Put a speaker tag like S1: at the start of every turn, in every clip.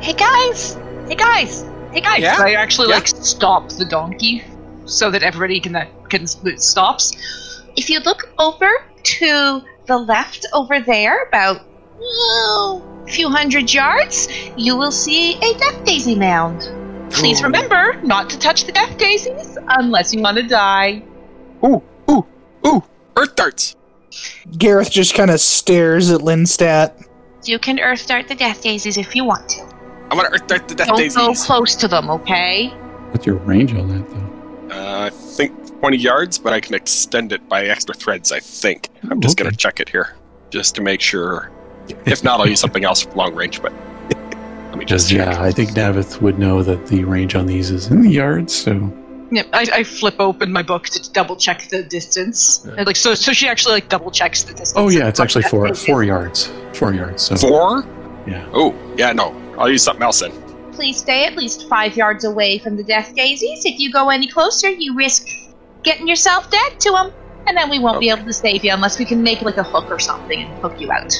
S1: hey guys, hey guys, hey guys.
S2: Yeah,
S1: I actually
S2: yeah.
S1: like stop the donkey so that everybody can that can it stops. If you look over to the left over there, about oh, a few hundred yards, you will see a death daisy mound. Please
S2: Ooh.
S1: remember not to touch the death daisies unless you want to die.
S2: Ooh, earth darts.
S3: Gareth just kind of stares at Linstat.
S1: You can earth dart the death daisies if you want to.
S2: I want to earth dart the death
S1: Don't go
S2: daisies.
S1: close to them, okay?
S4: What's your range on that, though?
S2: Uh, I think 20 yards, but I can extend it by extra threads, I think. I'm just going
S4: Okay.
S2: to check it here just to make sure. If not, I'll use something else long range, but let me just
S4: Just
S2: check.
S4: yeah, I think Davith would know that the range on these is in the yards, so
S1: Yep, I, I flip open my book to double check the distance.
S4: Yeah.
S1: Like so, so she actually like double checks the distance.
S4: Oh yeah, it's actually four
S1: Death
S4: four
S1: daisies.
S4: yards. Four yards. So
S2: Four?
S4: yeah.
S2: Oh, yeah, no. I'll use something else then.
S1: Please stay at least five yards away from the death daisies. If you go any closer, you risk getting yourself dead to them, and then we won't be
S2: Okay.
S1: able to save you unless we can make like a hook or something and hook you out.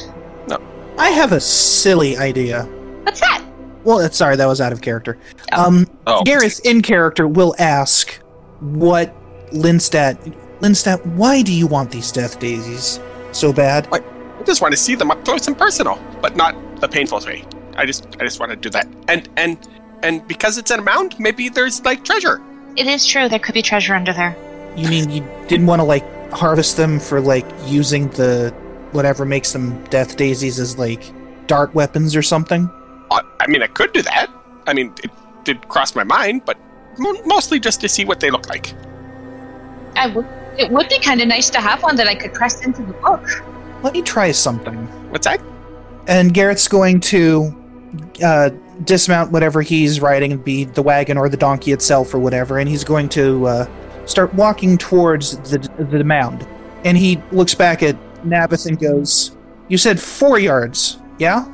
S3: I have a silly idea.
S1: What's that?
S3: Well, that's- sorry, that was out of character.
S1: Oh.
S3: Um,
S2: Oh,
S3: Gareth, in character, will ask what Linstat. Linstat, why do you want these death daisies so bad?
S2: I just want to see them up close and personal, but not the painful way. I just I just want to do that. And and and because it's in a mound, maybe there's like treasure.
S1: It is true. There could be treasure under there.
S3: You mean you didn't want to like harvest them for like using the whatever makes them death daisies as like dart weapons or something?
S2: I, I mean, I could do that. I mean, it did cross my mind, but mo- mostly just to see what they look like.
S1: I would. It would be kind of nice to have one that I could press into the book.
S3: Let me try something.
S2: What's that?
S3: And Garrett's going to uh, dismount whatever he's riding, be it the wagon or the donkey itself or whatever, and he's going to uh, start walking towards the the mound. And he looks back at Nabith and goes, "You said four yards, yeah?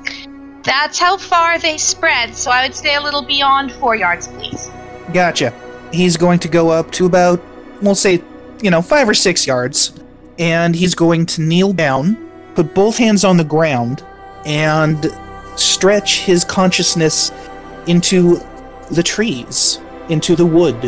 S1: That's how far they spread, so I would stay a little beyond four yards, please.
S3: Gotcha." He's going to go up to about, we'll say, you know, five or six yards, and he's going to kneel down, put both hands on the ground, and stretch his consciousness into the trees, into the wood.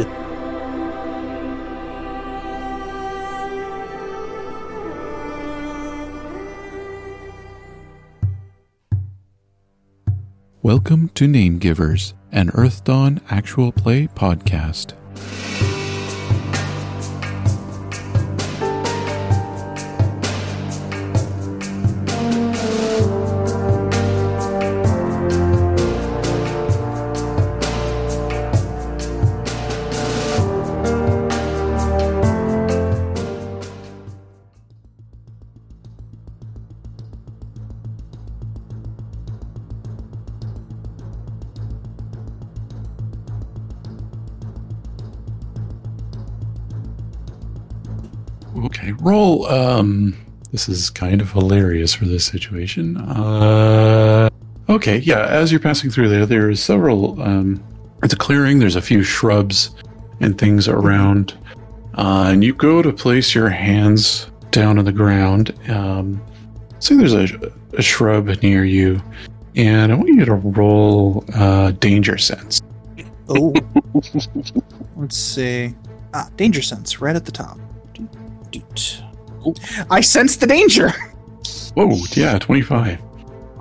S4: Welcome to Name Givers, an Earth Dawn actual play podcast. Okay, roll. Um, this is kind of hilarious for this situation. Uh, okay, yeah. As you're passing through there, there is several. Um, it's a clearing. There's a few shrubs and things around, uh, and you go to place your hands down on the ground. Um, see, there's a, a shrub near you, and I want you to roll uh, danger sense.
S3: Oh. Let's see. Ah, danger sense, right at the top. Doot, doot. I sense the danger.
S4: Whoa, yeah, 25.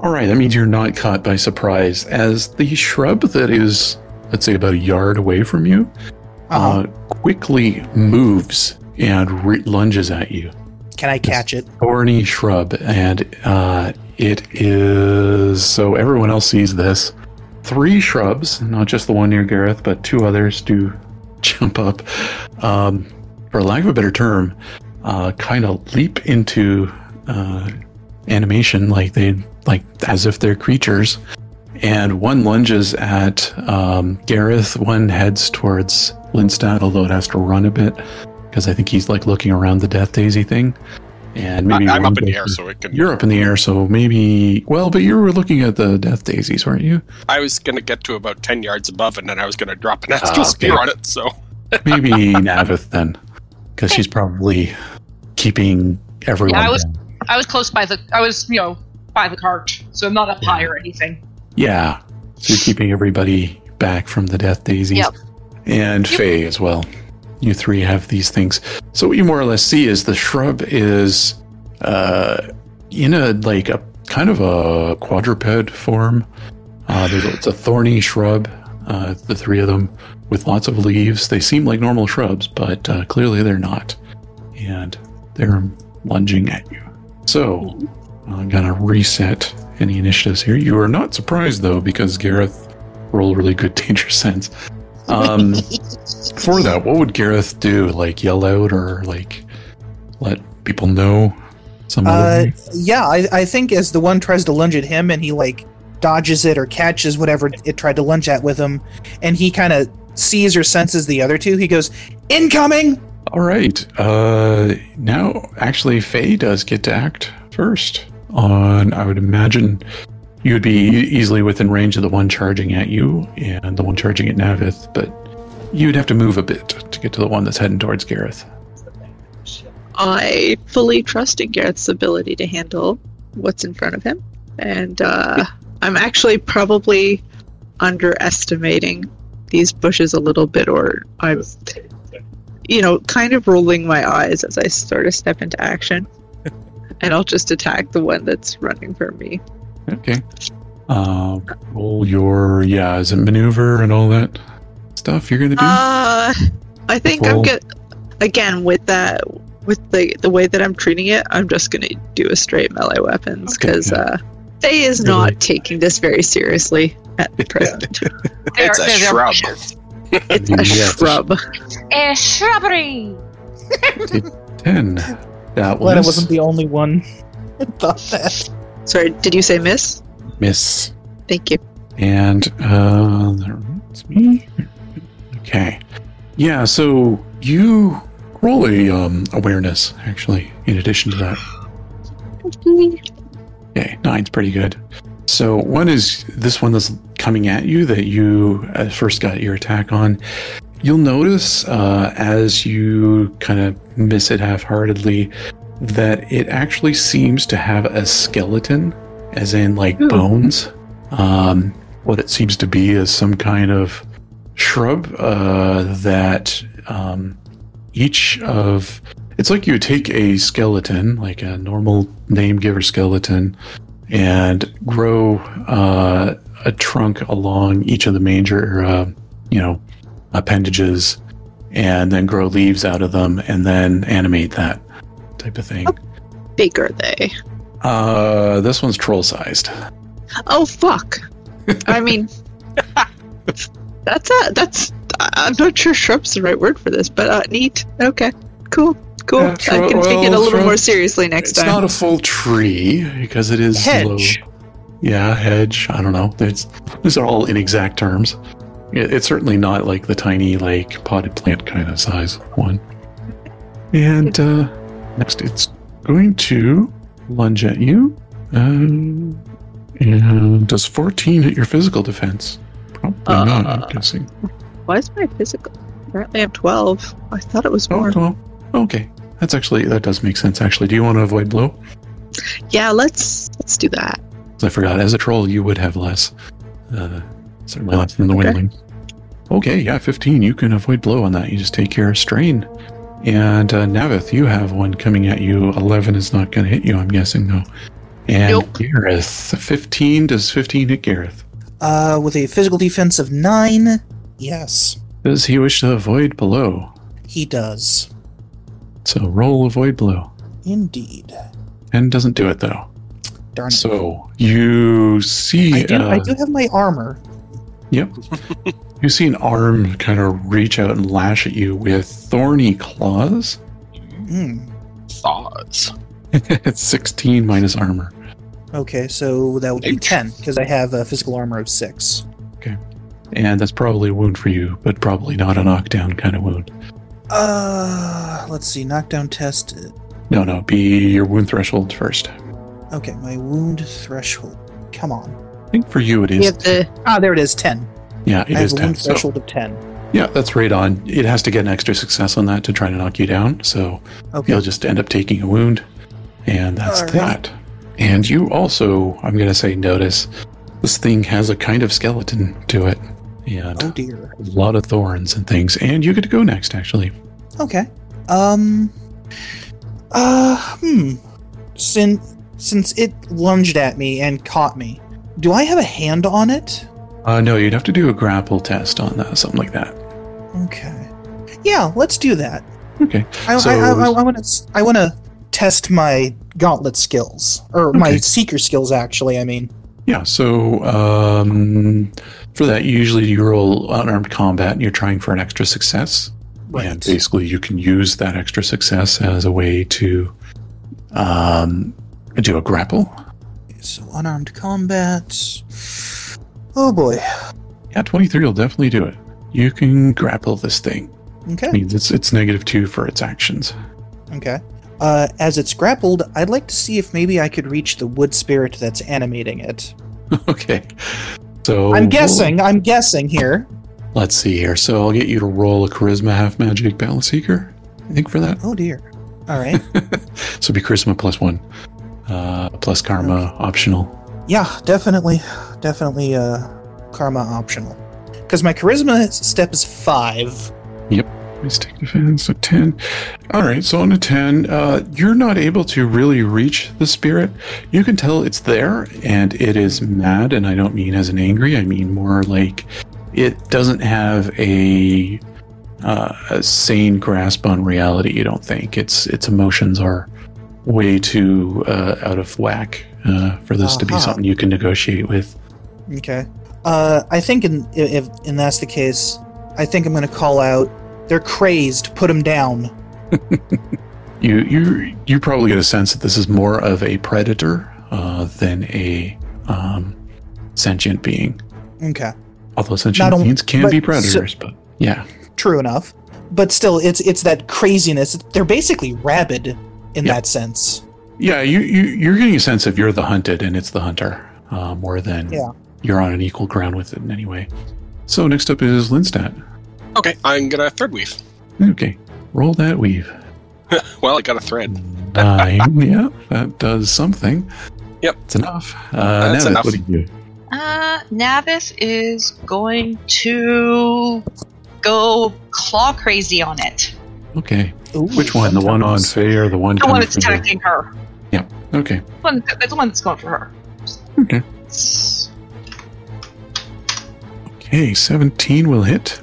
S4: All right, that means you're not caught by surprise as the shrub that is, let's say, about a yard away from you,
S3: Uh-huh.
S4: uh, quickly moves and re- lunges at you.
S3: Can I catch it?
S4: Thorny shrub, and uh, it is. So everyone else sees this. Three shrubs, not just the one near Gareth, but two others do jump up. Um, for lack of a better term, uh, kind of leap into uh, animation, like they like as if they're creatures. And one lunges at um, Gareth. One heads towards Lindstad, although it has to run a bit because I think he's like looking around the Death Daisy thing. And maybe
S2: I, am
S4: one
S2: up in the
S4: goes
S2: air,
S4: to-
S2: so it can.
S4: you're up in the air, so maybe. Well, but you were looking at the Death Daisies, weren't you?
S2: I was gonna get to about ten yards above, and then I was gonna drop an astral
S4: okay.
S2: spear on it. So
S4: Maybe Navith then, because she's probably keeping everyone.
S1: Yeah, I was-
S4: down.
S1: I was close by the. I was, you know, by the cart, so I'm not up
S4: Yeah.
S1: high or anything.
S4: yeah. So you're keeping everybody back from the death daisies.
S1: Yep.
S4: And Faye as well. You three have these things. So what you more or less see is the shrub is uh, in a like a kind of a quadruped form. Uh, there's a, it's a thorny shrub. Uh, the three of them with lots of leaves. They seem like normal shrubs, but uh, clearly they're not. And they're lunging at you. So I'm gonna reset any initiatives here. You are not surprised though, because Gareth rolled really good danger sense. Um, for that, what would Gareth do? Like yell out or like let people know some other
S3: Uh,
S4: way?
S3: yeah, I, I think as the one tries to lunge at him and he like dodges it or catches whatever it tried to lunge at with him, and he kind of sees or senses the other two, he goes, Incoming!
S4: All right. Uh, now, actually, Faye does get to act first. On, I would imagine you would be e- easily within range of the one charging at you and the one charging at Navith, but you'd have to move a bit to get to the one that's heading towards Gareth.
S5: I fully trust in Garrett's ability to handle what's in front of him. And uh, I'm actually probably underestimating these bushes a little bit, or I'm, you know, kind of rolling my eyes as I sort of step into action. and I'll just attack the one that's running for me.
S4: Okay. Uh, roll your yeah, is it maneuver and all that stuff you're gonna do?
S5: Uh,
S4: Mm-hmm.
S5: I think I'm
S4: Roll.
S5: get again with that with the the way that I'm treating it. I'm just gonna do a straight melee weapons
S4: Okay,
S5: because
S4: yeah.
S5: uh, Faye is
S4: Really?
S5: not taking this very seriously at the present.
S2: It's a shrub.
S5: it's a
S4: Yeah,
S5: shrub.
S1: A Eh, shrubbery.
S4: Ten. That
S3: Glad I
S4: was
S3: wasn't the only one that thought that.
S5: Sorry, did you say miss?
S4: miss.
S5: Thank you.
S4: And uh that's me. Okay. Yeah, so you roll a um awareness, actually, in addition to that. Okay, nine's pretty good. So one is this one that's coming at you that you uh, first got your attack on. You'll notice uh, as you kind of miss it half-heartedly that it actually seems to have a skeleton, as in like
S5: Ooh.
S4: bones. Um, what it seems to be is some kind of shrub uh, that um, each of it's like you take a skeleton, like a normal name giver skeleton, and grow uh, a trunk along each of the major, uh, you know, appendages, and then grow leaves out of them, and then animate that type of thing.
S5: Big are they?
S4: Uh, this one's troll sized.
S5: Oh fuck! I mean, that's a that's. I- I'm not sure shrub's the right word for this, but uh, neat. Okay, cool, cool.
S4: Yeah, shrub-
S5: I can take it a
S4: well,
S5: little
S4: shrub-
S5: more seriously next
S4: It's
S5: time.
S4: not a full tree because it is
S3: Hedge.
S4: low. Yeah, hedge. I don't know. It's these are all inexact terms. It, it's certainly not like the tiny like potted plant kind of size one. And uh, next, it's going to lunge at you. Um, and does 14 hit your physical defense? Probably not.
S5: Uh,
S4: I'm guessing.
S5: Why is my physical? Apparently, I'm 12. I thought it was
S4: Oh,
S5: more.
S4: well, okay. That's actually that does make sense. Actually, do you want to avoid blow?
S5: Yeah, let's let's do that.
S4: 'Cause I forgot. As a troll, you would have less. Uh, certainly less than the
S5: Okay.
S4: windling. Okay, yeah, 15. You can avoid blow on that. You just take your strain. And uh, Navith, you have one coming at you. 11 is not going to hit you, I'm guessing, though. And
S1: Nope.
S4: Gareth, 15. Does 15 hit Gareth?
S3: Uh, with a physical defense of 9, yes,
S4: Does he wish to avoid blow?
S3: he does.
S4: So roll avoid blow.
S3: Indeed.
S4: 10 doesn't do it, though.
S3: Darn it.
S4: So you
S3: I,
S4: see.
S3: do,
S4: uh,
S3: I do have my armor.
S4: You see an arm kind of reach out and lash at you with thorny claws.
S3: Mm.
S2: Thaws.
S4: it's 16 minus armor.
S3: Okay, so that would be
S2: Eight.
S3: 10, because I have a physical armor of 6.
S4: And that's probably a wound for you, but probably not a knockdown kind of wound.
S3: Uh, let's see, knockdown test.
S4: No, no, be your wound threshold first.
S3: Okay, my wound threshold. Come on.
S4: I think for you it
S5: You
S4: is.
S5: have the
S3: Ah, there it is, 10.
S4: Yeah, it
S3: I have
S4: is
S3: a
S4: 10.
S3: wound
S4: So,
S3: threshold of 10.
S4: yeah, that's right on. It has to get an extra success on that to try to knock you down. So
S3: Okay.
S4: you'll just end up taking a wound. And that's
S3: All right.
S4: that. And you also, I'm going to say, notice This thing has a kind of skeleton to it, and
S3: Oh dear.
S4: a lot of thorns and things. And you get to go next, actually.
S3: Okay. Um. Uh. Hmm. Since since it lunged at me and caught me, do I have a hand on it?
S4: Uh, no, you'd have to do a grapple test on that, something like that.
S3: Okay. Yeah, let's do that.
S4: Okay.
S3: I
S4: So-
S3: I, I, I want to I want to test my gauntlet skills or my
S4: Okay.
S3: seeker skills. Actually, I mean.
S4: Yeah, so um, for that, usually you roll unarmed combat and you're trying for an extra success. And basically, you can use that extra success as a way to um, do a grapple.
S3: So unarmed combat. Oh boy.
S4: Yeah, 23 will definitely do it. You can grapple this thing.
S3: Okay.
S4: means it's, it's negative two for its actions.
S3: Okay. Uh, as it's grappled, I'd like to see if maybe I could reach the wood spirit that's animating it.
S4: okay. So
S3: I'm guessing. I'm guessing here.
S4: Let's see here. So I'll get you to roll a charisma half magic balance seeker, I think, for that.
S3: Oh dear. All right.
S4: So it'd be charisma plus one, uh, plus karma optional.
S3: yeah, definitely, definitely. Uh, karma optional, because my charisma step is five.
S4: Mystic defense, so 10. All right, so on a 10, uh, you're not able to really reach the spirit. You can tell it's there and it is mad, and I don't mean as an angry, I mean more like it doesn't have a, uh, a sane grasp on reality, you don't think. Its, its emotions are way too uh, out of whack uh, for this to be
S3: Uh-huh.
S4: something you can negotiate with.
S3: Okay. Uh, I think in if and that's the case, I think I'm gonna call out. They're crazed. Put them down.
S4: You you you probably get a sense that this is more of a predator uh, than a um, sentient being.
S3: Okay.
S4: Although sentient
S3: only-
S4: beings can
S3: but
S4: be
S3: so-
S4: predators, but yeah,
S3: True enough. But still, it's it's that craziness. They're basically rabid in
S4: Yeah.
S3: that sense.
S4: yeah. You you you're getting a sense of you're the hunted and it's the hunter uh, more than
S3: Yeah.
S4: you're on an equal ground with it in any way. So next up is Linstat.
S2: Okay, I'm gonna third weave.
S4: Okay, roll that weave.
S2: Well, I got a thread.
S4: Nine. yeah, that does something.
S2: Yep.
S4: it's enough. Uh,
S2: That's
S4: Navith,
S2: enough.
S4: What do you do?
S1: Uh, Navis is going to go claw crazy on it.
S4: Okay,
S3: Ooh,
S4: which one? The one on
S3: sometimes.
S4: Faye or the one?
S1: The one
S4: coming
S1: that's
S4: from the-
S1: attacking her.
S4: Okay.
S1: The one, that's the one that's going for her.
S4: Okay. Okay, 17 will hit.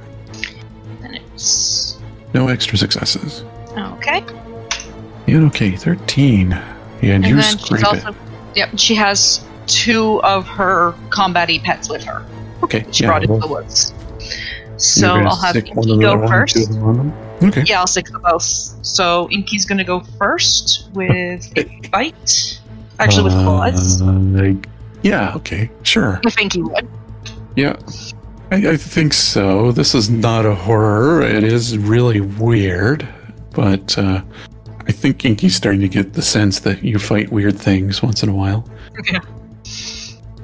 S1: And it's
S4: No extra successes.
S1: okay.
S4: And okay, 13. And, you scrape it.
S1: Yep, she has two of her combat-y pets with her.
S4: Okay,
S1: She brought into the woods.
S4: you're
S1: So
S4: gonna
S1: I'll have
S4: stick one
S1: Inky
S4: of the
S1: go
S4: other one, two
S1: first.
S4: of the other one. Okay,
S1: Yeah, I'll stick the both. So Inky's gonna go first with a bite. Actually, with claws.
S4: Uh, yeah, okay, sure.
S1: If Inky would.
S4: Yeah, I, I think so. This is not a horror. It is really weird, but uh, I think Inky's starting to get the sense that you fight weird things once in a while.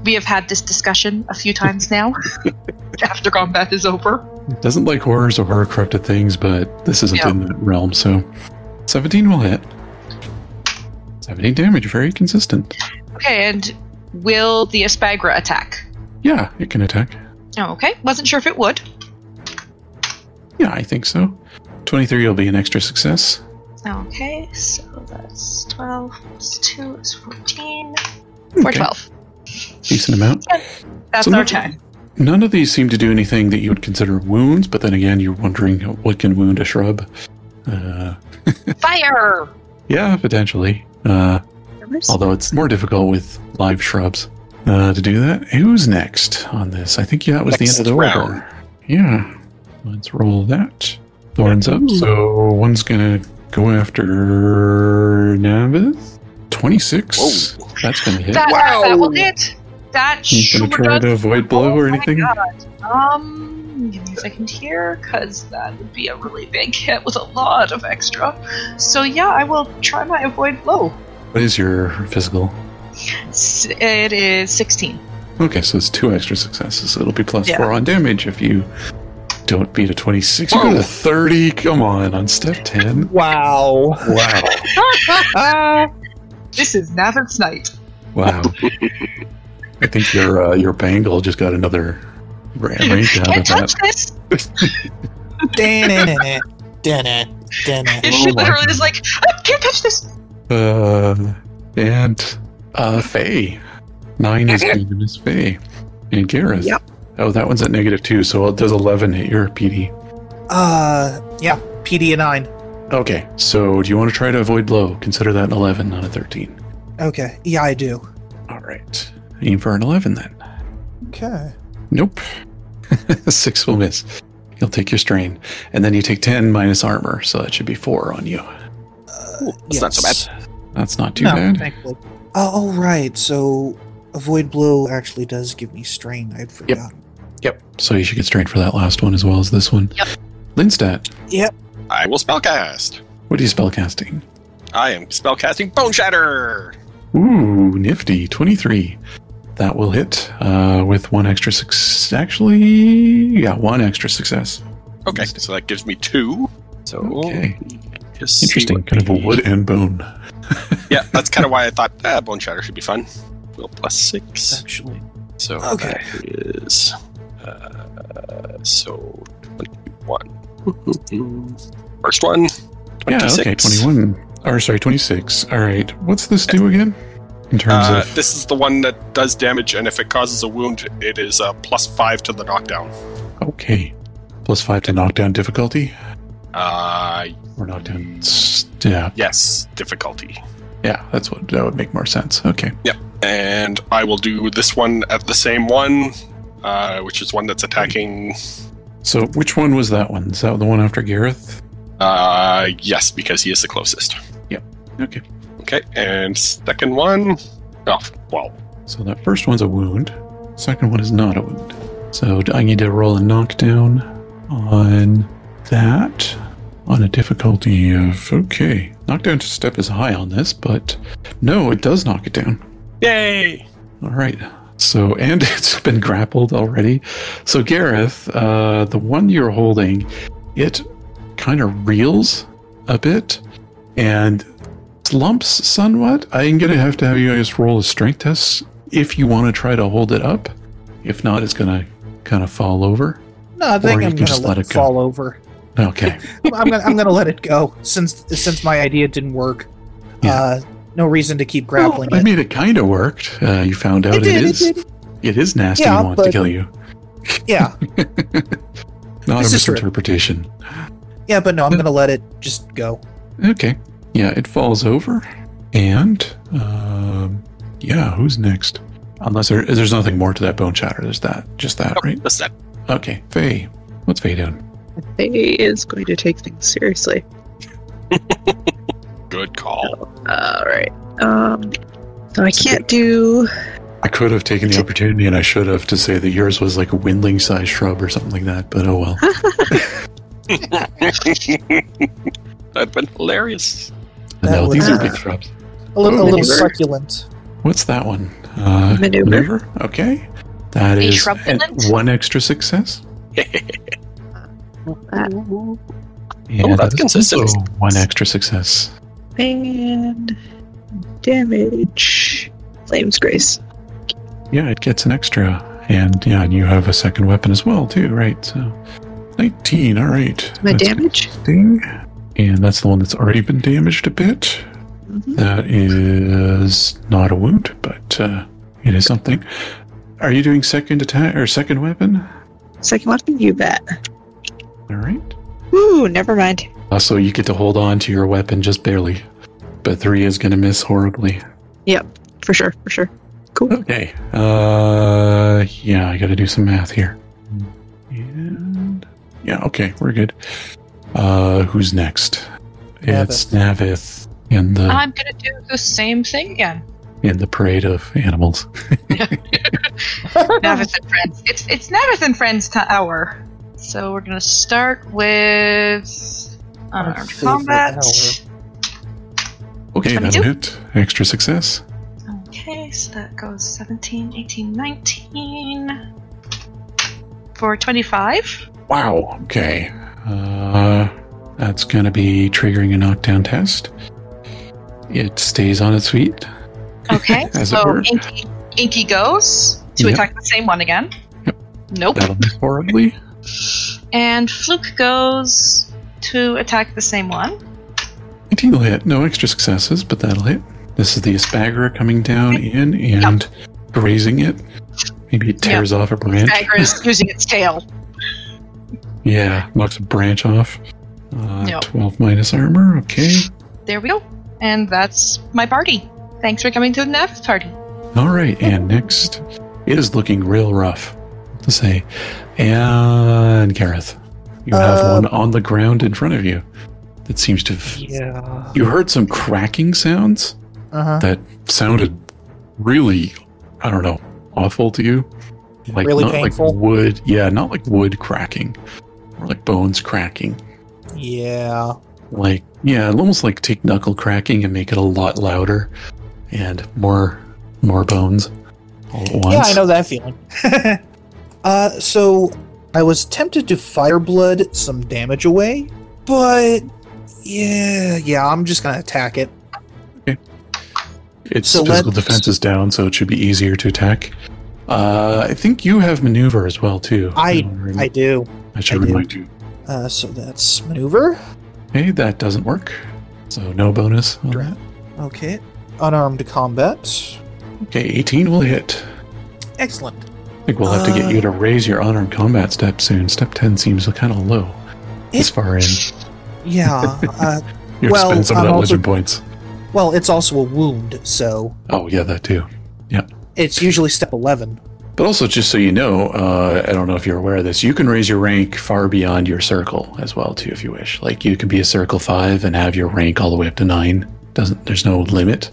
S1: We have had this discussion a few times now. after combat is over.
S4: Doesn't like horrors or horror corrupted things, but this isn't
S1: Yeah.
S4: in that realm, so 17 will hit. 17 damage, very consistent.
S1: Okay, and will the Aspagra attack?
S4: Yeah, it can attack.
S1: Oh, okay. Wasn't sure if it would.
S4: Yeah, I think so. 23 will be an extra success.
S1: Okay, so that's 12 plus 2 is 14. Or
S4: Okay,
S1: 12.
S4: Decent amount.
S1: That's
S4: So
S1: our
S4: not-
S1: turn.
S4: None of these seem to do anything that you would consider wounds, but then again, you're wondering what can wound a shrub. Uh,
S1: Fire!
S4: yeah, potentially. Uh,
S5: Tremors?
S4: although it's more difficult with live shrubs uh, to do that. Who's next on this? I think yeah, that was
S2: Next
S4: the end of the
S2: round.
S4: order. Yeah, let's roll that. Thorns up. So one's gonna go after Navith. Twenty-six.
S2: Whoa.
S4: That's gonna hit.
S1: That,
S2: Wow.
S1: that will hit. That
S4: He's
S1: sure
S4: gonna try
S1: does.
S4: to avoid blow
S1: Oh
S4: or
S1: my
S4: anything.
S1: God. Um, give me a second here, because that would be a really big hit with a lot of extra. So yeah, I will try my avoid blow.
S4: What is your physical?
S1: S- It is 16.
S4: Okay, so it's two extra successes. It'll be plus
S1: Yeah.
S4: four on damage if you don't beat a twenty-six. You got
S2: Whoa.
S4: a thirty. Come on, on step ten.
S3: Wow. Ah. Uh,
S4: Wow.
S1: this is Navin Snipe.
S4: Wow. I think your uh, your bangle just got another ra- range out
S1: Can't
S4: of that.
S1: touch this.
S3: Da-na-na-na. Da-na. Da-na.
S1: And
S4: Oh
S1: she
S4: my
S1: literally is like, "I can't touch this.
S4: Uh, and uh, Faye. Nine is even as Faye. And Gareth.
S5: Yep.
S4: Oh, that one's at negative two, so does 11 hit your PD?
S3: Uh, yeah, PD a nine.
S4: Okay, so do you want to try to avoid blow? Consider that an 11, not a 13.
S3: Okay, yeah, I do.
S4: All right. Aim for an 11 then.
S3: Okay.
S4: Nope. Six will miss. You'll take your strain. And then you take 10 minus armor, so that should be four on you.
S2: It's not so bad.
S4: That's not too
S3: no,
S4: bad.
S3: thankfully. Uh, oh, right. So, avoid blow actually does give me strain. I'd forgotten.
S4: Yep. So you should get strain for that last one as well as this one.
S1: Yep.
S4: Linstat,
S2: I will spellcast.
S4: what are you spellcasting?
S2: I am spellcasting Bone Shatter.
S4: Ooh, nifty. 23. That will hit uh, with one extra success. Actually, yeah, one extra success.
S2: Okay, so that gives me two. So
S4: Okay.
S2: just see
S4: Interesting.
S2: what
S4: Kind of a
S2: the-
S4: wood and bone.
S2: Yeah, that's kind of why I thought ah, Bone Shatter should be fun. Will plus six.
S3: Actually.
S2: So
S3: Okay.
S2: that is uh, so twenty-one. First one. 26.
S4: Yeah, okay, 21. Or sorry, 26. All right. What's this do again? In terms
S2: Uh,
S4: of.
S2: this is the one that does damage, and if it causes a wound, it is uh, plus five to the knockdown.
S4: Okay. Plus five to knockdown difficulty
S2: Uh,
S4: or knockdown. s- Yeah,
S2: yes, difficulty.
S4: yeah, that's what that would make more sense. Okay.
S2: And I will do this one at the same one, uh, which is one that's attacking.
S4: So which one was that one? Is that the one after Gareth?
S2: Uh, yes, because he is the closest.
S4: Okay.
S2: Okay, and second one. Oh, well,
S4: So that first one's a wound. Second one is not a wound. So I need to roll a knockdown on that on a difficulty of okay. Knockdown to step is high on this, but no, it does knock it down.
S2: yay!
S4: All right. So, and it's been grappled already. So, Gareth, uh, the one you're holding, it kind of reels a bit and slumps somewhat. I'm going to have to have you guys roll a strength test if you want to try to hold it up. If not, it's going to kind of fall over.
S3: No, I
S4: Or
S3: think
S4: you
S3: I'm
S4: can
S3: gonna
S4: just
S3: let,
S4: let
S3: it
S4: it go.
S3: fall over.
S4: Okay.
S3: I'm gonna I'm gonna let it go since since my idea didn't work.
S4: Yeah.
S3: Uh, no reason to keep grappling
S4: I
S3: it.
S4: mean, it kind of worked. Uh, you found out
S3: it did,
S4: it
S3: it
S4: is. It,
S3: did.
S4: it is nasty
S3: Yeah,
S4: and wants
S3: but-
S4: to kill you.
S3: Yeah,
S4: Not a
S3: This is true.
S4: misinterpretation.
S3: yeah, but no, I'm gonna let it just go.
S4: Okay. Yeah, it falls over. And, um, yeah, who's next? Unless there, there's nothing more to that bone shatter. There's that. Just that, right?
S2: That's that.
S4: Okay. Faye. What's Faye doing?
S5: Faye is going to take things seriously.
S2: Good call.
S5: All right. Um, so I can't do.
S4: I could have taken the opportunity and I should have to say that yours was like a windling sized shrub or something like that, but oh well.
S2: That'd been hilarious.
S3: That
S4: no,
S3: would-
S4: these are
S5: Ah.
S4: big shrubs.
S3: A little,
S4: Oh,
S3: a little
S5: Maneuver.
S3: succulent.
S4: What's that one? Uh,
S5: Maneuver.
S4: Okay. That
S1: A
S4: is
S1: shrub
S4: an-
S1: plant?
S4: one extra success.
S5: that.
S4: Yeah,
S2: that's
S4: that is
S2: consistent.
S4: also One extra success.
S5: And damage. Flames Grace.
S4: Yeah, it gets an extra. And yeah, and you have a second weapon as well, too, right? So 19, all right.
S5: My
S4: That's
S5: damage?
S4: interesting. And that's the one that's already been damaged a bit.
S5: Mhm.
S4: That is not a wound, but uh, it is something. Are you doing second attack or second weapon?
S5: Second weapon, you bet.
S4: All right.
S5: Ooh, never mind.
S4: Uh, so you get to hold on to your weapon just barely. But three is going to miss horribly.
S5: For sure, for sure. Cool.
S4: Okay. Uh, yeah, I got to do some math here. And yeah, okay, we're good. Uh, who's next? It's Navith in the
S1: I'm gonna do the same thing again.
S4: in the parade of animals.
S1: Navith and friends. It's it's Navith and friends to hour. So we're gonna start with
S3: Our
S1: unarmed
S3: favorite
S1: combat.
S4: Okay, that'll
S1: 22?
S4: hit. Extra success.
S1: Okay, so that goes 17, 18, 19 for 25.
S4: Wow. Okay. Uh, that's gonna be triggering a knockdown test. It stays on its feet.
S1: Okay,
S4: As it
S1: so
S4: were.
S1: 18, Inky goes to
S4: Yep.
S1: attack the same one again. Nope.
S4: That'll miss horribly.
S1: And Fluke goes to attack the same one.
S4: 19 will hit. No extra successes, but that'll hit. This is the Aspagora coming down in and grazing it. Maybe it tears off a branch.
S1: Dagger is using its tail.
S4: Yeah, knocks a branch off. Uh,
S1: Yep.
S4: 12 minus armor. Okay.
S1: There we go. And that's my party. Thanks for coming to the Nev party.
S4: All right, and next, it is looking real rough to say. And Gareth, you have
S3: Uh,
S4: one on the ground in front of you that seems to. F-
S3: Yeah.
S4: you heard some cracking sounds
S3: Uh huh.
S4: that sounded really, I don't know, awful to you. Like
S3: Really
S4: not
S3: painful?
S4: like wood. Yeah, not like wood cracking, or like bones cracking.
S3: Yeah.
S4: Like yeah, almost like take knuckle cracking and make it a lot louder, and more more bones all at once.
S3: Yeah, I know that feeling. uh, so I was tempted to fireblood some damage away, but yeah, yeah, I'm just gonna attack it.
S4: Its
S3: So
S4: physical
S3: let's-
S4: defense is down, so it should be easier to attack. Uh, I think you have maneuver as well too.
S3: I-
S4: Rem-
S3: I do.
S4: I should
S3: I do.
S4: remind you.
S3: Uh, so that's maneuver.
S4: Hey, that doesn't work. So no bonus. on
S3: Dra-
S4: that.
S3: Okay. Unarmed combat.
S4: Okay, 18 will hit.
S3: Excellent.
S4: I think we'll have to
S3: Uh,
S4: get you to raise your unarmed combat step soon. Step 10 seems kind of low. As
S3: It-
S4: far in,
S3: Yeah. uh,
S4: you have to
S3: Well,
S4: spend some of
S3: I'm
S4: that
S3: also-
S4: legend points.
S3: well, it's also a wound, so
S4: Oh yeah, that too.
S3: it's usually step 11.
S4: But also, just so you know, uh, I don't know if you're aware of this, you can raise your rank far beyond your circle as well, too, if you wish. Like you can be a circle five and have your rank all the way up to nine. Doesn't there's no limit.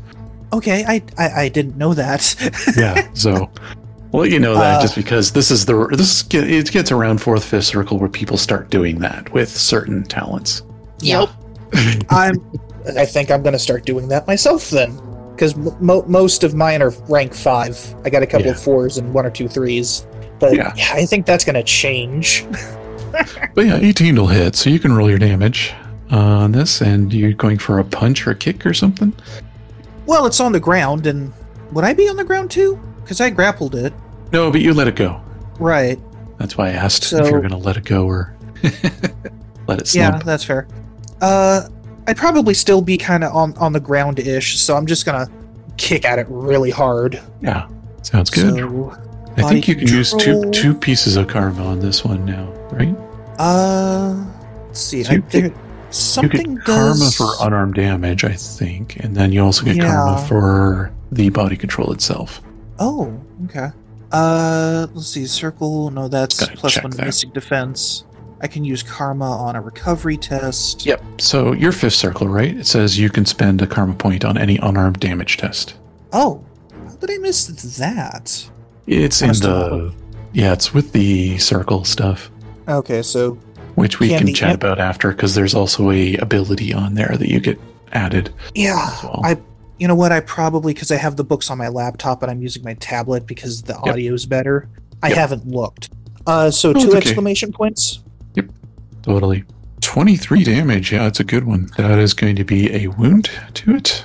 S3: Okay, I I, I didn't know that.
S4: Yeah. so I'll let you know that
S3: Uh,
S4: just because this is the this ge- it gets around fourth fifth circle where people start doing that with certain talents.
S3: Yeah. I'm. I think I'm gonna start doing that myself then, because mo- most of mine are rank five. I got a couple
S4: Yeah.
S3: of fours and one or two threes, but
S4: Yeah.
S3: yeah. I think that's gonna change.
S4: But yeah, 18 will hit, so you can roll your damage on this, and you're going for a punch or a kick or something.
S3: Well, it's on the ground, and would I be on the ground too? Because I grappled it.
S4: No, but you let it go.
S3: Right.
S4: That's why I asked if
S3: So-
S4: you're going to let it go or let it
S3: Yeah,
S4: slump.
S3: that's fair. Uh, I'd probably still be kind of on on the ground ish, so I'm just gonna kick at it really hard.
S4: Yeah, sounds good.
S3: So,
S4: I think
S3: body
S4: you can use two
S3: control.
S4: two pieces of karma on this one now, right?
S3: uh, let's see.
S4: So you
S3: I, there, something
S4: you get
S3: does-
S4: karma for unarmed damage, I think, and then you also get
S3: Yeah.
S4: karma for the body control itself.
S3: Oh, okay. Uh, let's see. Circle. No, that's
S4: Gotta
S3: plus
S4: check
S3: one to
S4: that.
S3: basic defense. I can use karma on a recovery test.
S4: Yep. So your fifth circle, right? It says you can spend a karma point on any unarmed damage test.
S3: Oh, how did I miss that?
S4: It's in
S3: Must have
S4: the yeah, it's with the circle stuff,
S3: Okay, so
S4: which we
S3: Can
S4: can
S3: the
S4: chat
S3: imp-
S4: about after because there's also a ability on there that you get added.
S3: yeah,
S4: As well.
S3: I. You know what? I probably because I have the books on my laptop and I'm using my tablet because the
S4: Yep.
S3: audio's better. I
S4: Yep. Oh,
S3: haven't looked. Uh, so
S4: it's
S3: two
S4: okay.
S3: exclamation points.
S4: Totally. 23 damage. Yeah, it's a good one. That is going to be a wound to it.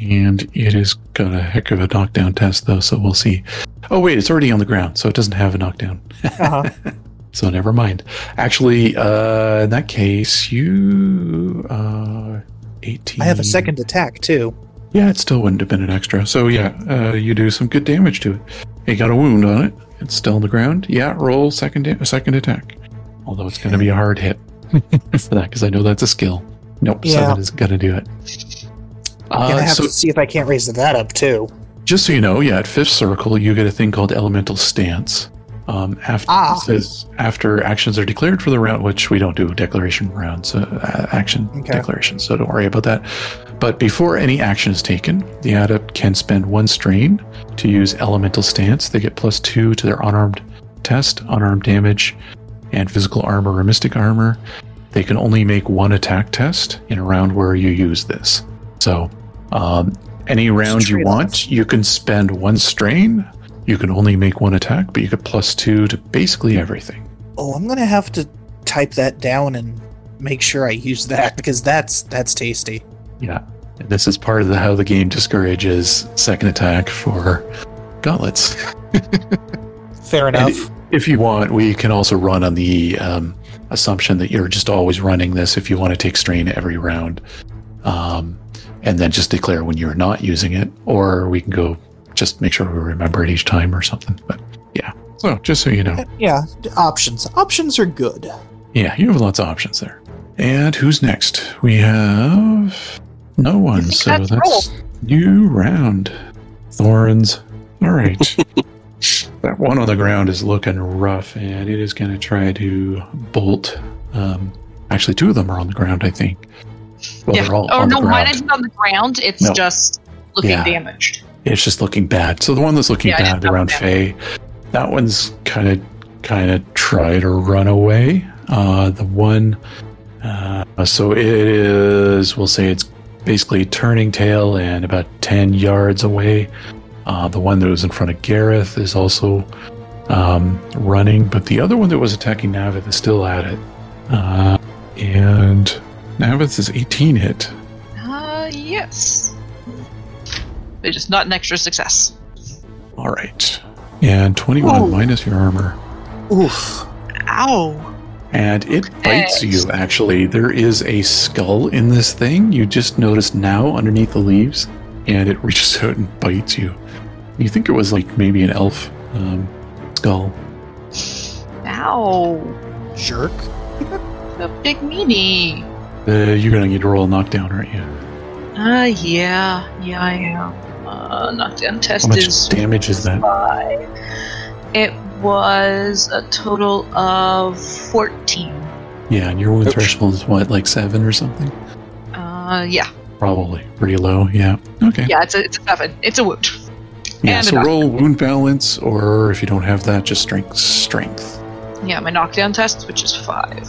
S4: And it is got a heck of a knockdown test, though, so we'll see. Oh, wait, it's already on the ground, so it doesn't have a knockdown.
S3: Uh-huh.
S4: So never mind. Actually, uh, in that case, you. Uh, 18.
S3: I have a second attack too.
S4: Yeah, it still wouldn't have been an extra. So yeah, uh, you do some good damage to it. You got a wound on it. It's still on the ground. Yeah, roll second da- second attack. Although it's going to be a hard hit for that because I know that's a skill. Nope, so
S3: Yeah.
S4: that isn't going to do it.
S3: and I
S4: Uh,
S3: have
S4: so
S3: to see if I can't raise that up too.
S4: just so you know, yeah, at fifth circle you get a thing called elemental stance. Um, after
S3: Ah.
S4: it says after actions are declared for the round, which we don't do declaration rounds, uh, uh, action
S3: Okay.
S4: declarations, so don't worry about that. But before any action is taken, the adept can spend one strain to use elemental stance. They get plus two to their unarmed test, unarmed damage, and physical armor or mystic armor. They can only make one attack test in a round where you use this. So, um, any round you
S3: trade-off.
S4: want, you can spend one strain. You can only make one attack, but you get plus two to basically everything.
S3: Oh, I'm gonna have to type that down and make sure I use that because that's that's tasty.
S4: And this is part of the, how the game discourages second attack for gauntlets.
S3: Fair enough.
S4: If you want, we can also run on the um, assumption that you're just always running this if you want to take strain every round. Um, and then just declare when you're not using it, or we can go just make sure we remember it each time or something. But yeah, so just so you know.
S3: yeah, d- options. Options are good.
S4: Yeah, you have lots of options there. And who's next? We have no one,
S1: think
S4: so
S1: that's
S4: that's, new round. Thorns. All right. that one on the ground is looking rough, and it is going to try to bolt. Um, actually, two of them are on the ground, I think. Well,
S1: yeah.
S4: they're all
S1: oh
S4: on
S1: no,
S4: the
S1: mine
S4: ground.
S1: isn't on the ground. It's
S4: No.
S1: just looking
S4: Yeah.
S1: damaged.
S4: It's just looking bad. So the one that's looking
S1: Yeah, I didn't
S4: bad around
S1: know
S4: Faye, that one's kind of kind of try to run away. Uh, the one, uh, so it is. We'll say it's basically turning tail and about ten yards away. Uh, the one that was in front of Gareth is also um, running, but the other one that was attacking Navith is still at it. Uh, and Navith is 18 hit.
S1: Uh, yes. It's just not an extra success.
S4: All right. And 21
S1: Oh.
S3: Ooh.
S4: minus your armor.
S3: Oof.
S5: Ow.
S4: And it bites you, actually. There is a skull in this thing. You just noticed now underneath the leaves, and it reaches out and bites you. You think it was like maybe an elf um, skull.
S1: Ow!
S3: Jerk.
S1: A big meanie.
S4: Uh, you're going to need to roll a knockdown, aren't you?
S1: Uh, yeah, yeah, I am. Uh, knockdown test
S4: How much
S1: is
S4: damage is that?
S1: five. It was a total of fourteen.
S4: Yeah, and your wound
S2: Oops.
S4: threshold is what, like seven or something?
S1: Uh, yeah,
S4: Probably. Pretty low, yeah. Okay.
S1: yeah, it's a, it's a seven. It's a wound.
S4: Yeah,
S1: and
S4: so
S1: a-
S4: roll wound balance, or if you don't have that, just strength. Strength.
S1: Yeah, my knockdown test, which is five.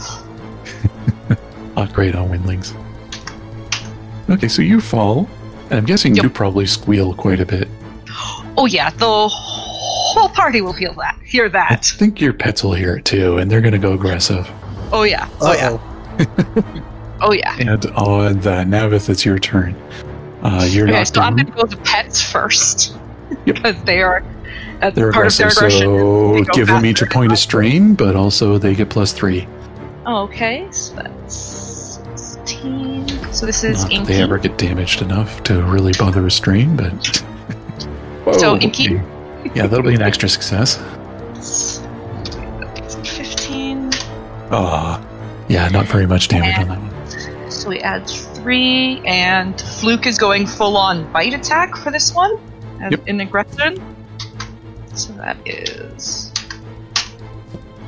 S4: Not great on windlings. Okay, so you fall, and I'm guessing
S1: Yep.
S4: you probably squeal quite a bit.
S1: Oh yeah, the whole party will feel that, hear
S4: I
S1: that.
S4: think your pets will hear it too, and they're going to go aggressive.
S1: Oh yeah, oh yeah, oh yeah.
S4: And on that, Navith, it's your turn. Uh, you're
S1: Okay,
S4: knocked
S1: so I'm
S4: down.
S1: gonna go with the pets first
S4: Yep.
S1: because they are that's
S4: They're
S1: part of
S4: aggressive,
S1: their aggression.
S4: so
S1: go
S4: give them
S1: faster.
S4: each a point of strain, but also they get plus three.
S1: Oh, okay, so that's sixteen. So this is
S4: Not that
S1: inky.
S4: they ever get damaged enough to really bother a strain, but.
S1: So
S4: Whoa,
S1: Inky-
S4: okay. Yeah, that'll be an extra success.
S1: Fifteen.
S4: Uh, yeah, not very much damage on that one.
S1: So we add three, and Fluke is going full on bite attack for this one as
S4: Yep.
S1: in aggression. So that is.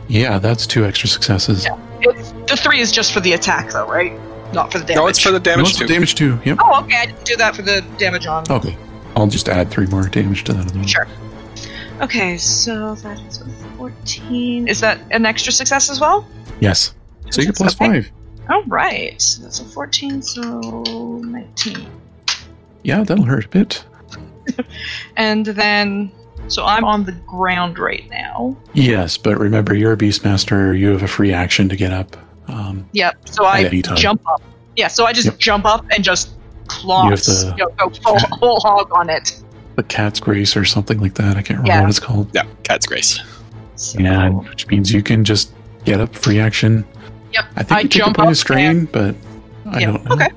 S4: Yeah, that's two extra successes.
S1: It's, the three is just for the attack, though, right? Not for the damage.
S2: No, it's for the
S4: No,
S2: damage
S4: it's
S2: too.
S4: Damage two. Yep.
S1: Oh, okay. I didn't do that for the damage on.
S4: Okay. I'll just add three more damage to that. other one.
S1: Sure. Okay, so that is a 14. Is that an extra success as well?
S4: Yes. So you get plus
S1: Okay.
S4: five.
S1: All right. So that's a 14, so 19.
S4: Yeah, that'll hurt a bit.
S1: And then. So I'm on the ground right now.
S4: Yes, but remember, you're a beastmaster. You have a free action to get up. Um,
S1: Yep. So
S4: At
S1: I
S4: any time.
S1: jump up. Yeah, so I just
S4: Yep.
S1: jump up and just clops.
S4: You have to-
S1: you know, go full, whole hog on it.
S4: the cat's grace or something like that. I can't remember
S1: Yeah.
S4: what it's called.
S2: Yeah, cat's grace.
S1: So-
S4: Yeah, which means you can just get up free action.
S1: Yep,
S4: I think
S1: I
S4: you
S1: jump
S4: take a point
S1: up
S4: of strain, but I
S1: Yeah,
S4: don't know.
S1: okay.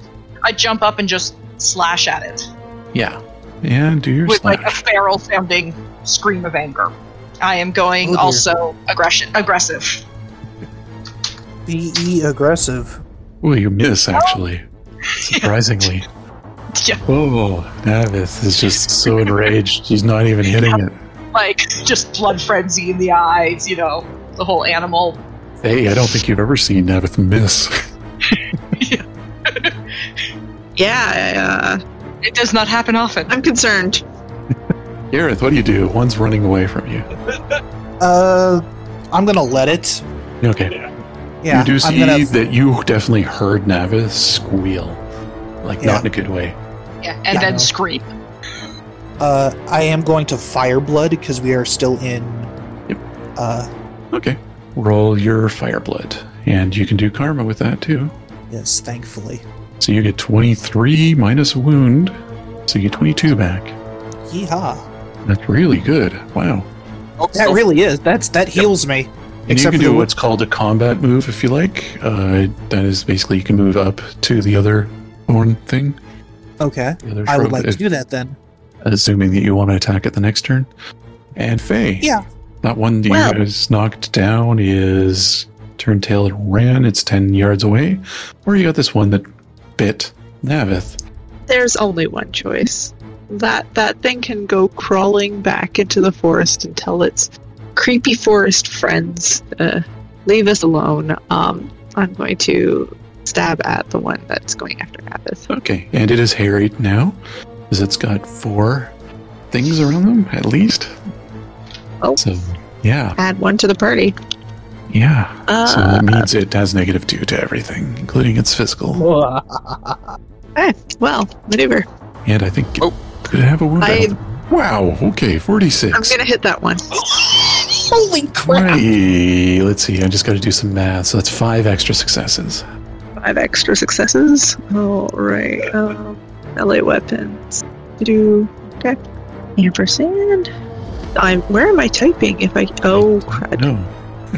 S1: I jump up and just slash at it.
S4: Yeah. Yeah, do your
S1: with like a
S4: slash.
S1: feral sounding scream of anger. I am going
S3: Oh, dear.
S1: also aggression aggressive.
S3: Be aggressive.
S4: Ooh, you miss, actually. Surprisingly.
S1: Yeah.
S4: Whoa, Navis is just so enraged. She's not even hitting it.
S1: Like just blood frenzy in the eyes, you know, the whole animal.
S4: Hey, I don't think you've ever seen Navith miss.
S5: Yeah, uh,
S1: It does not happen often.
S5: I'm concerned.
S4: Gareth, what do you do? One's running away from you.
S3: Uh, I'm gonna let it.
S4: Okay.
S3: Yeah,
S4: you do
S3: I'm
S4: see
S3: gonna.
S4: that you definitely heard Navis squeal. Like,
S3: Yeah.
S4: not in a good way.
S1: Yeah, and
S3: Yeah.
S1: then scream.
S3: Uh, I am going to fire blood because we are still in.
S4: Yep.
S3: Uh,
S4: Okay. Roll your fire blood. And you can do karma with that too.
S3: yes, thankfully.
S4: So you get 23 minus wound. So you get 22 back.
S3: Yeehaw!
S4: That's really good. Wow.
S2: Oh,
S3: That
S2: so-
S3: really is. That's that heals me.
S4: And you
S3: Except
S4: can
S3: for
S4: do
S3: the-
S4: what's called a combat move if you like. Uh, that is basically you can move up to the other horn thing.
S3: Okay.
S4: The other
S3: I would
S4: shrub,
S3: like to
S4: if-
S3: do that then.
S4: Assuming that you want to attack it the next turn. And Faye.
S3: Yeah.
S4: That one that
S5: Well-
S4: you guys knocked down is turned tail and ran. It's 10 yards away. Or you got this one that bit Navith.
S5: There's only one choice. That that thing can go crawling back into the forest and tell its creepy forest friends, uh, "Leave us alone." Um, I'm going to stab at the one that's going after Abath.
S4: Okay. And it is harried now because it's got four things around them at least.
S5: Oh.
S4: So, yeah.
S5: Add one to the party.
S4: Yeah. So
S5: Uh,
S4: that means it has negative two to everything, including its physical.
S5: okay. Well, maneuver.
S4: And I think it
S2: Oh.
S4: could have a wound.
S5: I-
S4: out. Wow. Okay.
S5: I'm
S4: 46.
S5: gonna hit that one.
S3: Holy crap!
S4: Right. Let's see. I just got to do some math. So that's five extra successes.
S5: Five extra successes. All right. Um, melee weapons. Do okay. Ampersand. I'm. Where am I typing? If I oh crud.
S4: No.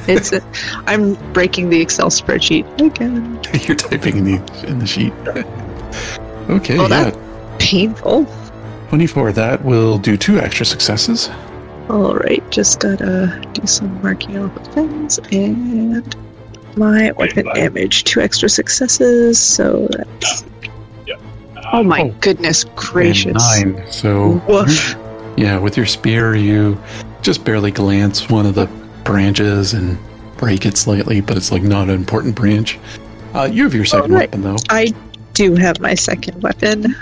S5: It's a, I'm breaking the Excel spreadsheet again.
S4: You're typing in the, in the sheet. okay.
S5: Well,
S4: yeah.
S5: Oh, that- Painful.
S4: 24. That will do two extra successes.
S5: All right, just gotta do some marking off of things and my weapon damage. Two extra successes, so that's. Oh my
S4: Oh.
S5: goodness
S4: And
S5: gracious!
S4: nine. So.
S5: Woof.
S4: Yeah, with your spear, you just barely glance one of the branches and break it slightly, but it's like not an important branch. Uh, you have your second
S5: Alright.
S4: weapon, though.
S5: I do have my second weapon.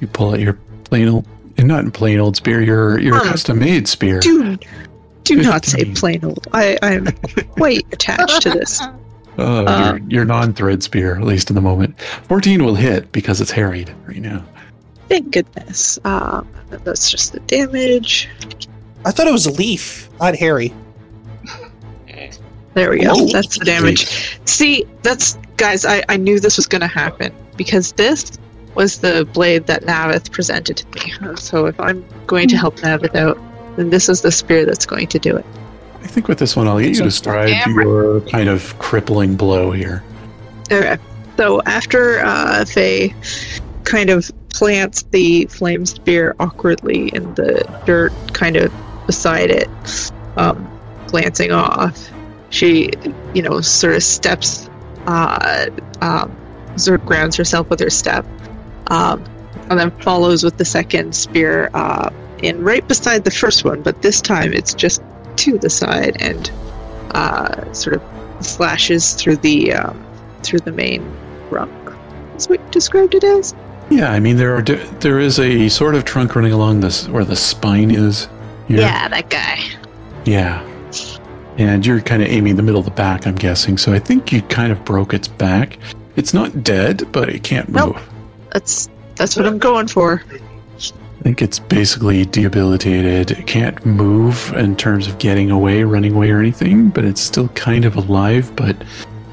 S4: You pull out your plain old, and not plain old spear, your your
S5: Um,
S4: custom made spear.
S5: Do do not say
S4: Fifteen.
S5: plain old. I I'm quite attached to this.
S4: Uh,
S5: um,
S4: your, your non thread spear, at least in the moment. 14 will hit because it's harried right now.
S5: Thank goodness. Um, that's just the damage.
S3: I thought it was a leaf, not Harry.
S5: There we go.
S4: Oh.
S5: That's the damage. See, that's guys. I, I knew this was going to happen because this was the blade that Navith presented to me. So if I'm going to help Navith out, then this is the spear that's going to do it.
S4: I think with this one, I'll let you
S3: So-
S4: describe
S1: Damn right.
S4: your kind of crippling blow here.
S5: Okay. So after uh, Faye kind of plants the flame spear awkwardly in the dirt, kind of beside it, um, glancing off, she, you know, sort of steps, uh, um, sort of grounds herself with her step, um, and then follows with the second spear uh, in right beside the first one, but this time it's just to the side and uh, sort of slashes through the. Um, through the main trunk. Is what you described it as?
S4: Yeah, I mean, there are di- there is a sort of trunk running along this where the spine is. here.
S5: that guy.
S4: Yeah. And you're kind of aiming the middle of the back, I'm guessing. So I think you kind of broke its back. It's not dead, but it can't
S5: Nope.
S4: move.
S5: That's that's what I'm going for.
S4: I think it's basically debilitated. It can't move in terms of getting away, running away, or anything, but it's still kind of alive. But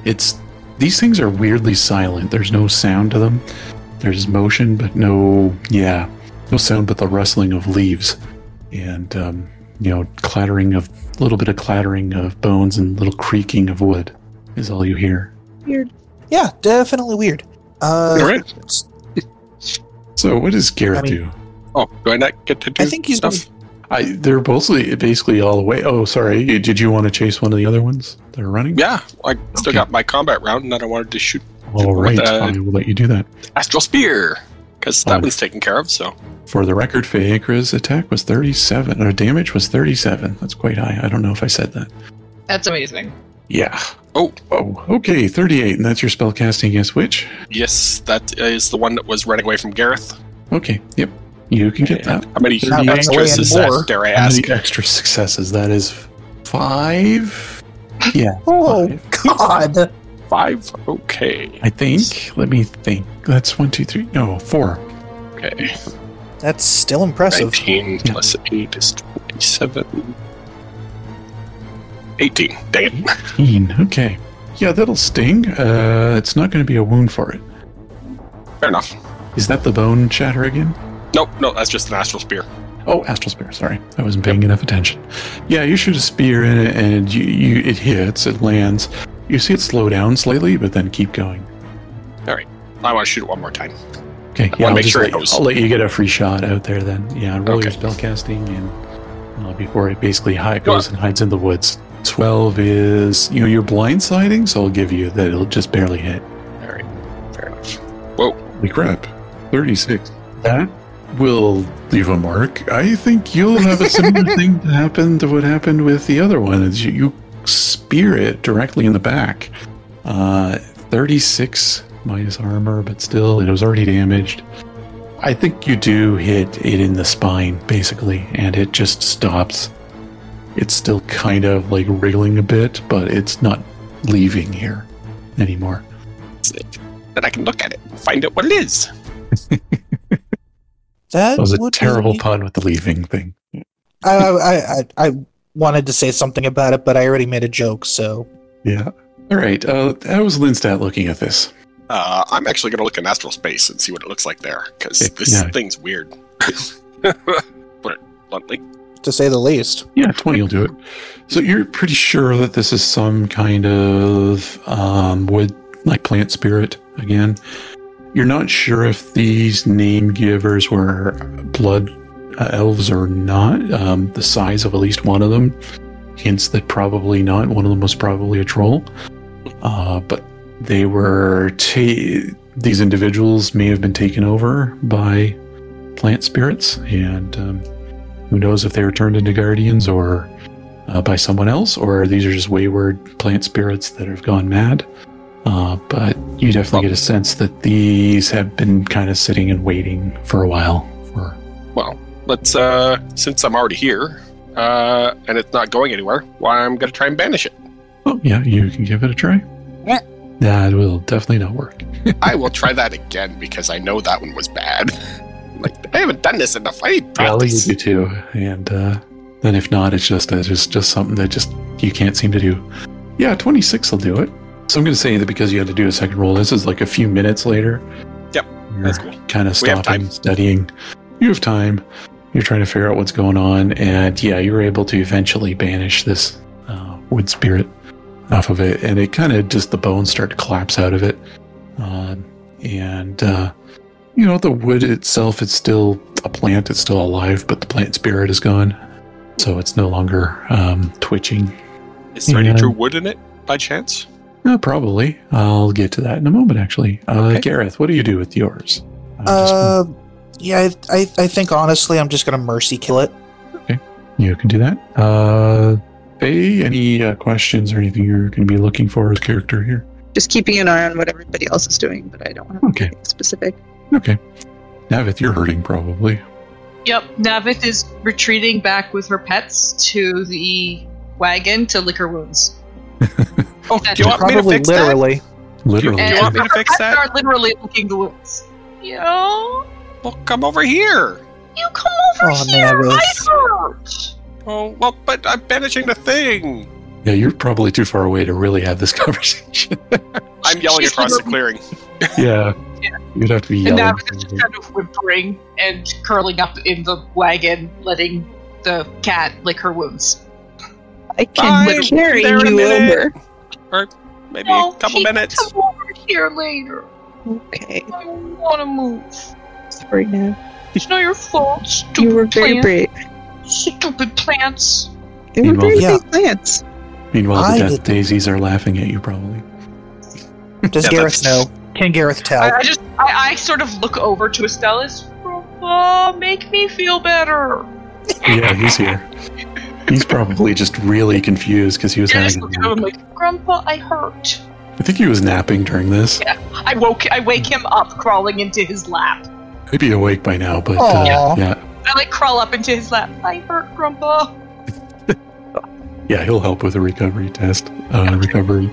S4: it's these things are weirdly silent. There's no sound to them. There's motion, but no, yeah, no sound but the rustling of leaves and, um, you know, clattering of a little bit of clattering of bones and little creaking of wood is all you hear.
S5: Weird.
S3: Yeah, definitely weird. Uh,
S2: All right.
S3: it's-
S4: So, what does Garrett
S3: I mean-
S4: do?
S2: Oh, do I not get to do
S3: I think he's
S2: stuff?
S3: been-
S4: I, they're mostly basically all the way. Oh, sorry. you- Did you want to chase one of the other ones that are running?
S2: Yeah, I still
S4: Okay.
S2: got my combat round, and then I wanted to shoot
S4: All
S2: What
S4: right.
S2: the-
S4: I will let you do that.
S2: Astral Spear because
S4: Oh.
S2: that one's taken care of. So
S4: For the record, Fayakra's attack was 37, or damage was 37. That's quite high. I don't know if I said that.
S1: That's amazing.
S4: Yeah.
S2: Oh.
S4: Oh, okay. 38. And that's your spell casting against which?
S2: yes, that is the one that was running away from Gareth.
S4: Okay. Yep. You can get that.
S2: How many
S4: Not
S2: extras
S3: really
S2: is that?
S3: more.
S2: Dare I
S4: How
S2: ask?
S4: many extra successes. That is five. Yeah.
S3: Oh
S4: Five.
S3: God!
S2: Five. Okay.
S4: I think. Let me think. That's one, two, three. No, four.
S2: Okay.
S3: That's still impressive.
S2: Nineteen
S4: Yeah.
S2: plus eight is twenty-seven. Eighteen. Dang it.
S4: 15. Okay. Yeah, that'll sting. Uh, it's not going to be a wound for it.
S2: Fair enough.
S4: Is that the bone shatter again?
S2: Nope. No, that's just an astral spear.
S4: Oh, astral spear. Sorry, I wasn't paying enough attention. Yeah, you shoot a spear in it, and you, you it hits. It lands. You see it slow down slightly, but then keep going.
S2: I want to shoot it one more time.
S4: Okay,
S2: wanna
S4: yeah, I'll,
S2: make
S4: just
S2: sure it
S4: let,
S2: goes.
S4: I'll let you get a free shot out there then. Yeah, roll your
S2: Okay.
S4: spell casting and uh, before it basically hi-
S2: Go on.
S4: goes and hides in the woods. Twelve is you know you're blindsiding, so I'll give you that it'll just barely hit.
S2: All right, fair enough.
S6: Holy crap.
S4: 36. That will
S6: Leave a mark.
S4: I think you'll have a similar thing to happen to what happened with the other one. Is you, you spear it directly in the back. Uh, 36 minus armor, but still, it was already damaged. I think you do hit it in the spine, basically, and it just stops. It's still kind of like wriggling a bit, but it's not leaving here anymore.
S2: That's it. Then I can look at it, find out what it is.
S3: That
S4: That was a
S3: would
S4: terrible
S3: be-
S4: pun with the leaving thing.
S3: I, I, I, I I wanted to say something about it, but I already made a joke, so
S4: Yeah. All right. Uh, how was Linstat looking at this?
S2: Uh, I'm actually going to look in astral space and see what it looks like there, because
S4: Yeah,
S2: this
S4: yeah.
S2: thing's weird. Put it bluntly.
S3: to say the least.
S4: Yeah, 20 will do it. So you're pretty sure that this is some kind of um, wood, like plant spirit again. You're not sure if these name givers were blood uh, elves or not. Um, the size of at least one of them hints that probably not. One of them was probably a troll. Uh, but they were. Ta- these individuals may have been taken over by plant spirits and. Um, who knows if they were turned into guardians or uh, by someone else, or these are just wayward plant spirits that have gone mad. Uh, but you definitely get a sense that these have been kind of sitting and waiting for a while. For
S2: Well, let's. Uh, since I'm already here uh, and it's not going anywhere, why I'm going to try and banish it.
S4: oh yeah, you can give it a try.
S2: Yeah.
S4: That will definitely not work.
S2: I will try that again because I know that one was bad. like I haven't done this enough. I need practice.
S4: you too, and uh, then if not, it's just it's just just something that just you can't seem to do. Yeah, twenty six will do it. So I'm going to say that because you had to do a second roll, this is like a few minutes later.
S2: Yep,
S4: You're-
S2: That's cool.
S4: kind of
S2: We have
S4: stopping,
S2: time.
S4: studying. You have time. You're trying to figure out what's going on, and yeah, you're able to eventually banish this uh, wood spirit off of it, and it kind of just the bones start to collapse out of it, uh, and uh, you know the wood itself is still a plant; it's still alive, but the plant spirit is gone, so it's no longer um, twitching.
S2: Is there any
S4: Yeah.
S2: true wood in it by chance?
S4: Uh, probably, I'll get to that in a moment. Actually, uh,
S2: Okay.
S4: Gareth, what do you do with yours? I'm just-
S3: Uh, yeah, I, I, I think honestly, I'm just gonna mercy kill it.
S4: You can do that. Uh, Faye, any uh, questions or anything you're going to be looking for as a character here?
S5: Just keeping an eye on what everybody else is doing, but I don't have
S4: Okay.
S5: anything specific.
S4: Okay. Navith, you're hurting probably.
S1: Yep, Navith is retreating back with her pets to the wagon to lick her wounds.
S2: Oh, do you want me to
S3: Probably
S2: fix that?
S3: literally.
S4: Literally.
S2: Oh, Do you want me to fix
S1: Pets
S2: that?
S1: are literally licking the wounds. Yo,
S2: Well, come over here.
S1: you come over
S3: Oh,
S1: here,
S3: Navith.
S1: I hurt.
S2: Oh well, but I'm banishing the thing.
S4: yeah, you're probably too far away to really have this conversation.
S2: I'm yelling
S1: She's
S2: across the
S1: literally-
S2: clearing.
S4: yeah. You'd have to be
S1: And
S4: yelling.
S1: Navith is just kind of whimpering and curling up in the wagon, letting the cat lick her wounds.
S5: I
S2: can
S5: can
S2: Fine,
S5: carry
S2: there in a
S5: you
S2: minute.
S5: over.
S2: Maybe
S1: No,
S2: a couple
S1: he can
S2: minutes.
S1: Come over here later.
S5: Okay,
S1: I want to move.
S5: sorry now.
S1: It's not your fault. Stupid
S5: You were very
S1: plants.
S5: brave.
S1: Stupid plants.
S5: They were very
S3: Yeah.
S5: big plants.
S4: Meanwhile, the
S3: I
S4: death
S3: did-
S4: daisies are laughing at you probably.
S3: Does
S2: Yeah,
S3: Gareth know?
S2: that's-
S3: Can Gareth tell?
S1: I, I just, I, I sort of look over to Estella's. Oh, make me feel better.
S4: Yeah, he's here. He's probably just really confused because he was
S1: And I
S4: having.
S1: just look at him I'm like, Grandpa, I hurt.
S4: I think he was napping during this.
S1: I woke, I wake him up, crawling into his lap.
S4: He'd be awake by now, but uh,
S3: Aw.
S4: yeah,
S1: I like crawl up into his lap. I hurt, Grandpa.
S4: Yeah, he'll help with a recovery test, uh, recovery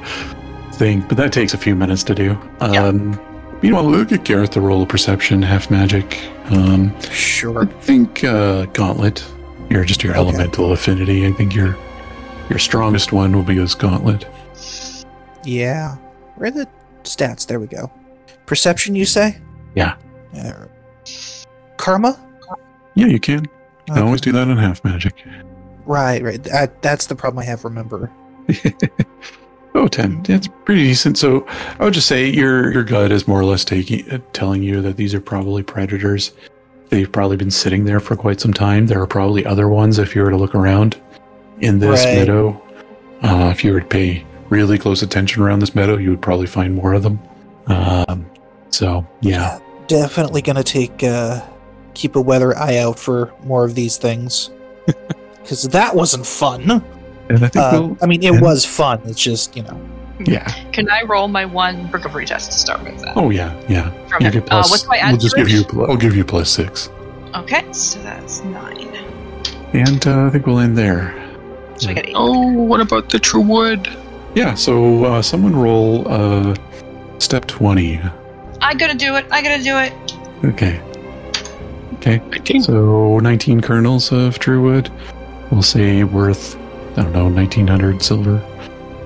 S4: thing, but that takes a few minutes to do. Um, Meanwhile, we'll get Gareth to roll a perception, half magic. Um, I
S3: Sure.
S4: think uh, Gauntlet, you're just your
S3: Okay.
S4: elemental affinity. I think your your strongest one will be as Gauntlet.
S3: Yeah. Where are the stats? There we go. Perception, you say?
S4: Yeah.
S3: Uh, karma?
S4: Yeah, you can. I always do that on half magic.
S3: Right, right. That, that's the problem I have. Remember.
S4: Oh, 10. That's pretty decent. So I would just say your your gut is more or less taking uh, telling you that these are probably predators. They've probably been sitting there for quite some time. There are probably other ones if you were to look around in this
S3: Right.
S4: meadow. Uh, if you were to pay really close attention around this meadow, you would probably find more of them. Um, so, yeah.
S3: Definitely gonna take uh, keep a weather eye out for more of these things. Because that wasn't fun.
S4: And I think
S3: Uh,
S4: we'll.
S3: I mean, it
S4: and-
S3: was fun. It's just you know.
S4: Yeah.
S1: Can I roll my one recovery test to start with? Then?
S4: Oh, yeah. Yeah.
S1: From
S4: You
S1: it.
S4: get
S1: uh,
S4: plus.
S1: what's my
S4: we'll just give
S1: average?
S4: you. pl- I'll give you plus six,
S1: Okay, so that's nine.
S4: and uh, I think we'll end there.
S1: So I get eight.
S2: Oh, what about the true wood?
S4: Yeah. So uh, someone roll uh, step twenty.
S1: I gotta do it. I gotta do it.
S4: Okay. Okay.
S3: Hmm.
S2: 19.
S4: So nineteen kernels of true wood. We'll say worth. I don't know, nineteen hundred silver.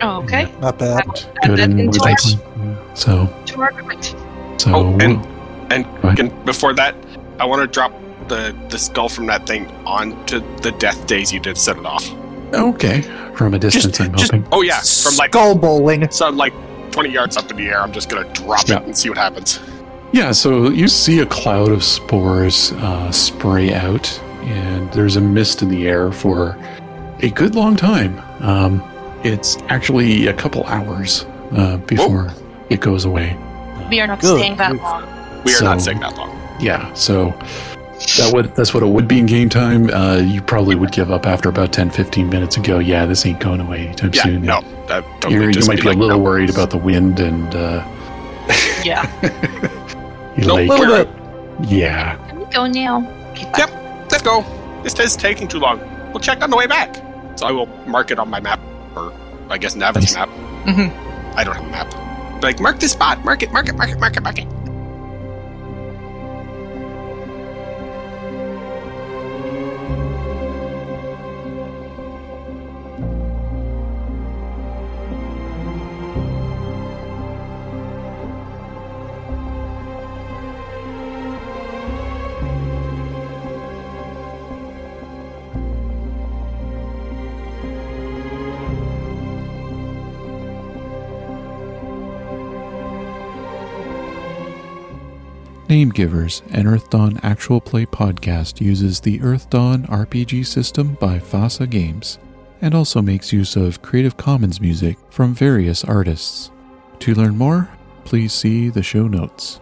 S1: Oh, okay.
S3: Not bad.
S4: Good
S1: that
S4: and
S1: into
S4: worth
S1: our-
S4: yeah. so
S1: To our right.
S4: so.
S2: Oh, and-
S4: we'll-
S2: And before that, I want to drop the, the skull from that thing onto the death days you did set it off.
S4: okay. From a distance, I'm
S3: just-
S4: hoping.
S2: Oh, yeah. From like,
S3: skull bowling.
S2: so like 20 yards up in the air, I'm just going to drop
S4: Yeah.
S2: it and see what happens.
S4: Yeah, so you see a cloud of spores uh, spray out, and there's a mist in the air for a good long time. Um, it's actually a couple hours uh, before it goes away.
S1: We are not
S3: Good.
S1: staying that long.
S2: We are not
S4: So-
S2: staying that long.
S4: Yeah, so that would that's what it would be in game time. Uh, you probably would give up after about 10, 15 minutes and go, yeah, this ain't going away anytime
S2: Yeah,
S4: soon.
S2: no. that totally
S4: You're- you
S2: just
S4: might
S2: be
S4: be
S2: like,
S4: a little
S2: no.
S4: worried about the wind and uh,
S1: Yeah.
S4: you
S2: Nope,
S4: like,
S2: we're
S3: Little
S2: out.
S4: yeah.
S1: Let me go now.
S2: Let's go. This is taking too long. We'll check on the way back. So I will mark it on my map, or I guess Navin's
S4: Nice.
S2: map.
S1: Mhm.
S2: I don't have a map. Like, mark this spot. Mark it, mark it, mark it, mark it, mark it.
S7: Name Givers, an Earth Dawn actual play podcast, uses the Earth Dawn RPG system by FASA Games and also makes use of Creative Commons music from various artists. To learn more, please see the show notes.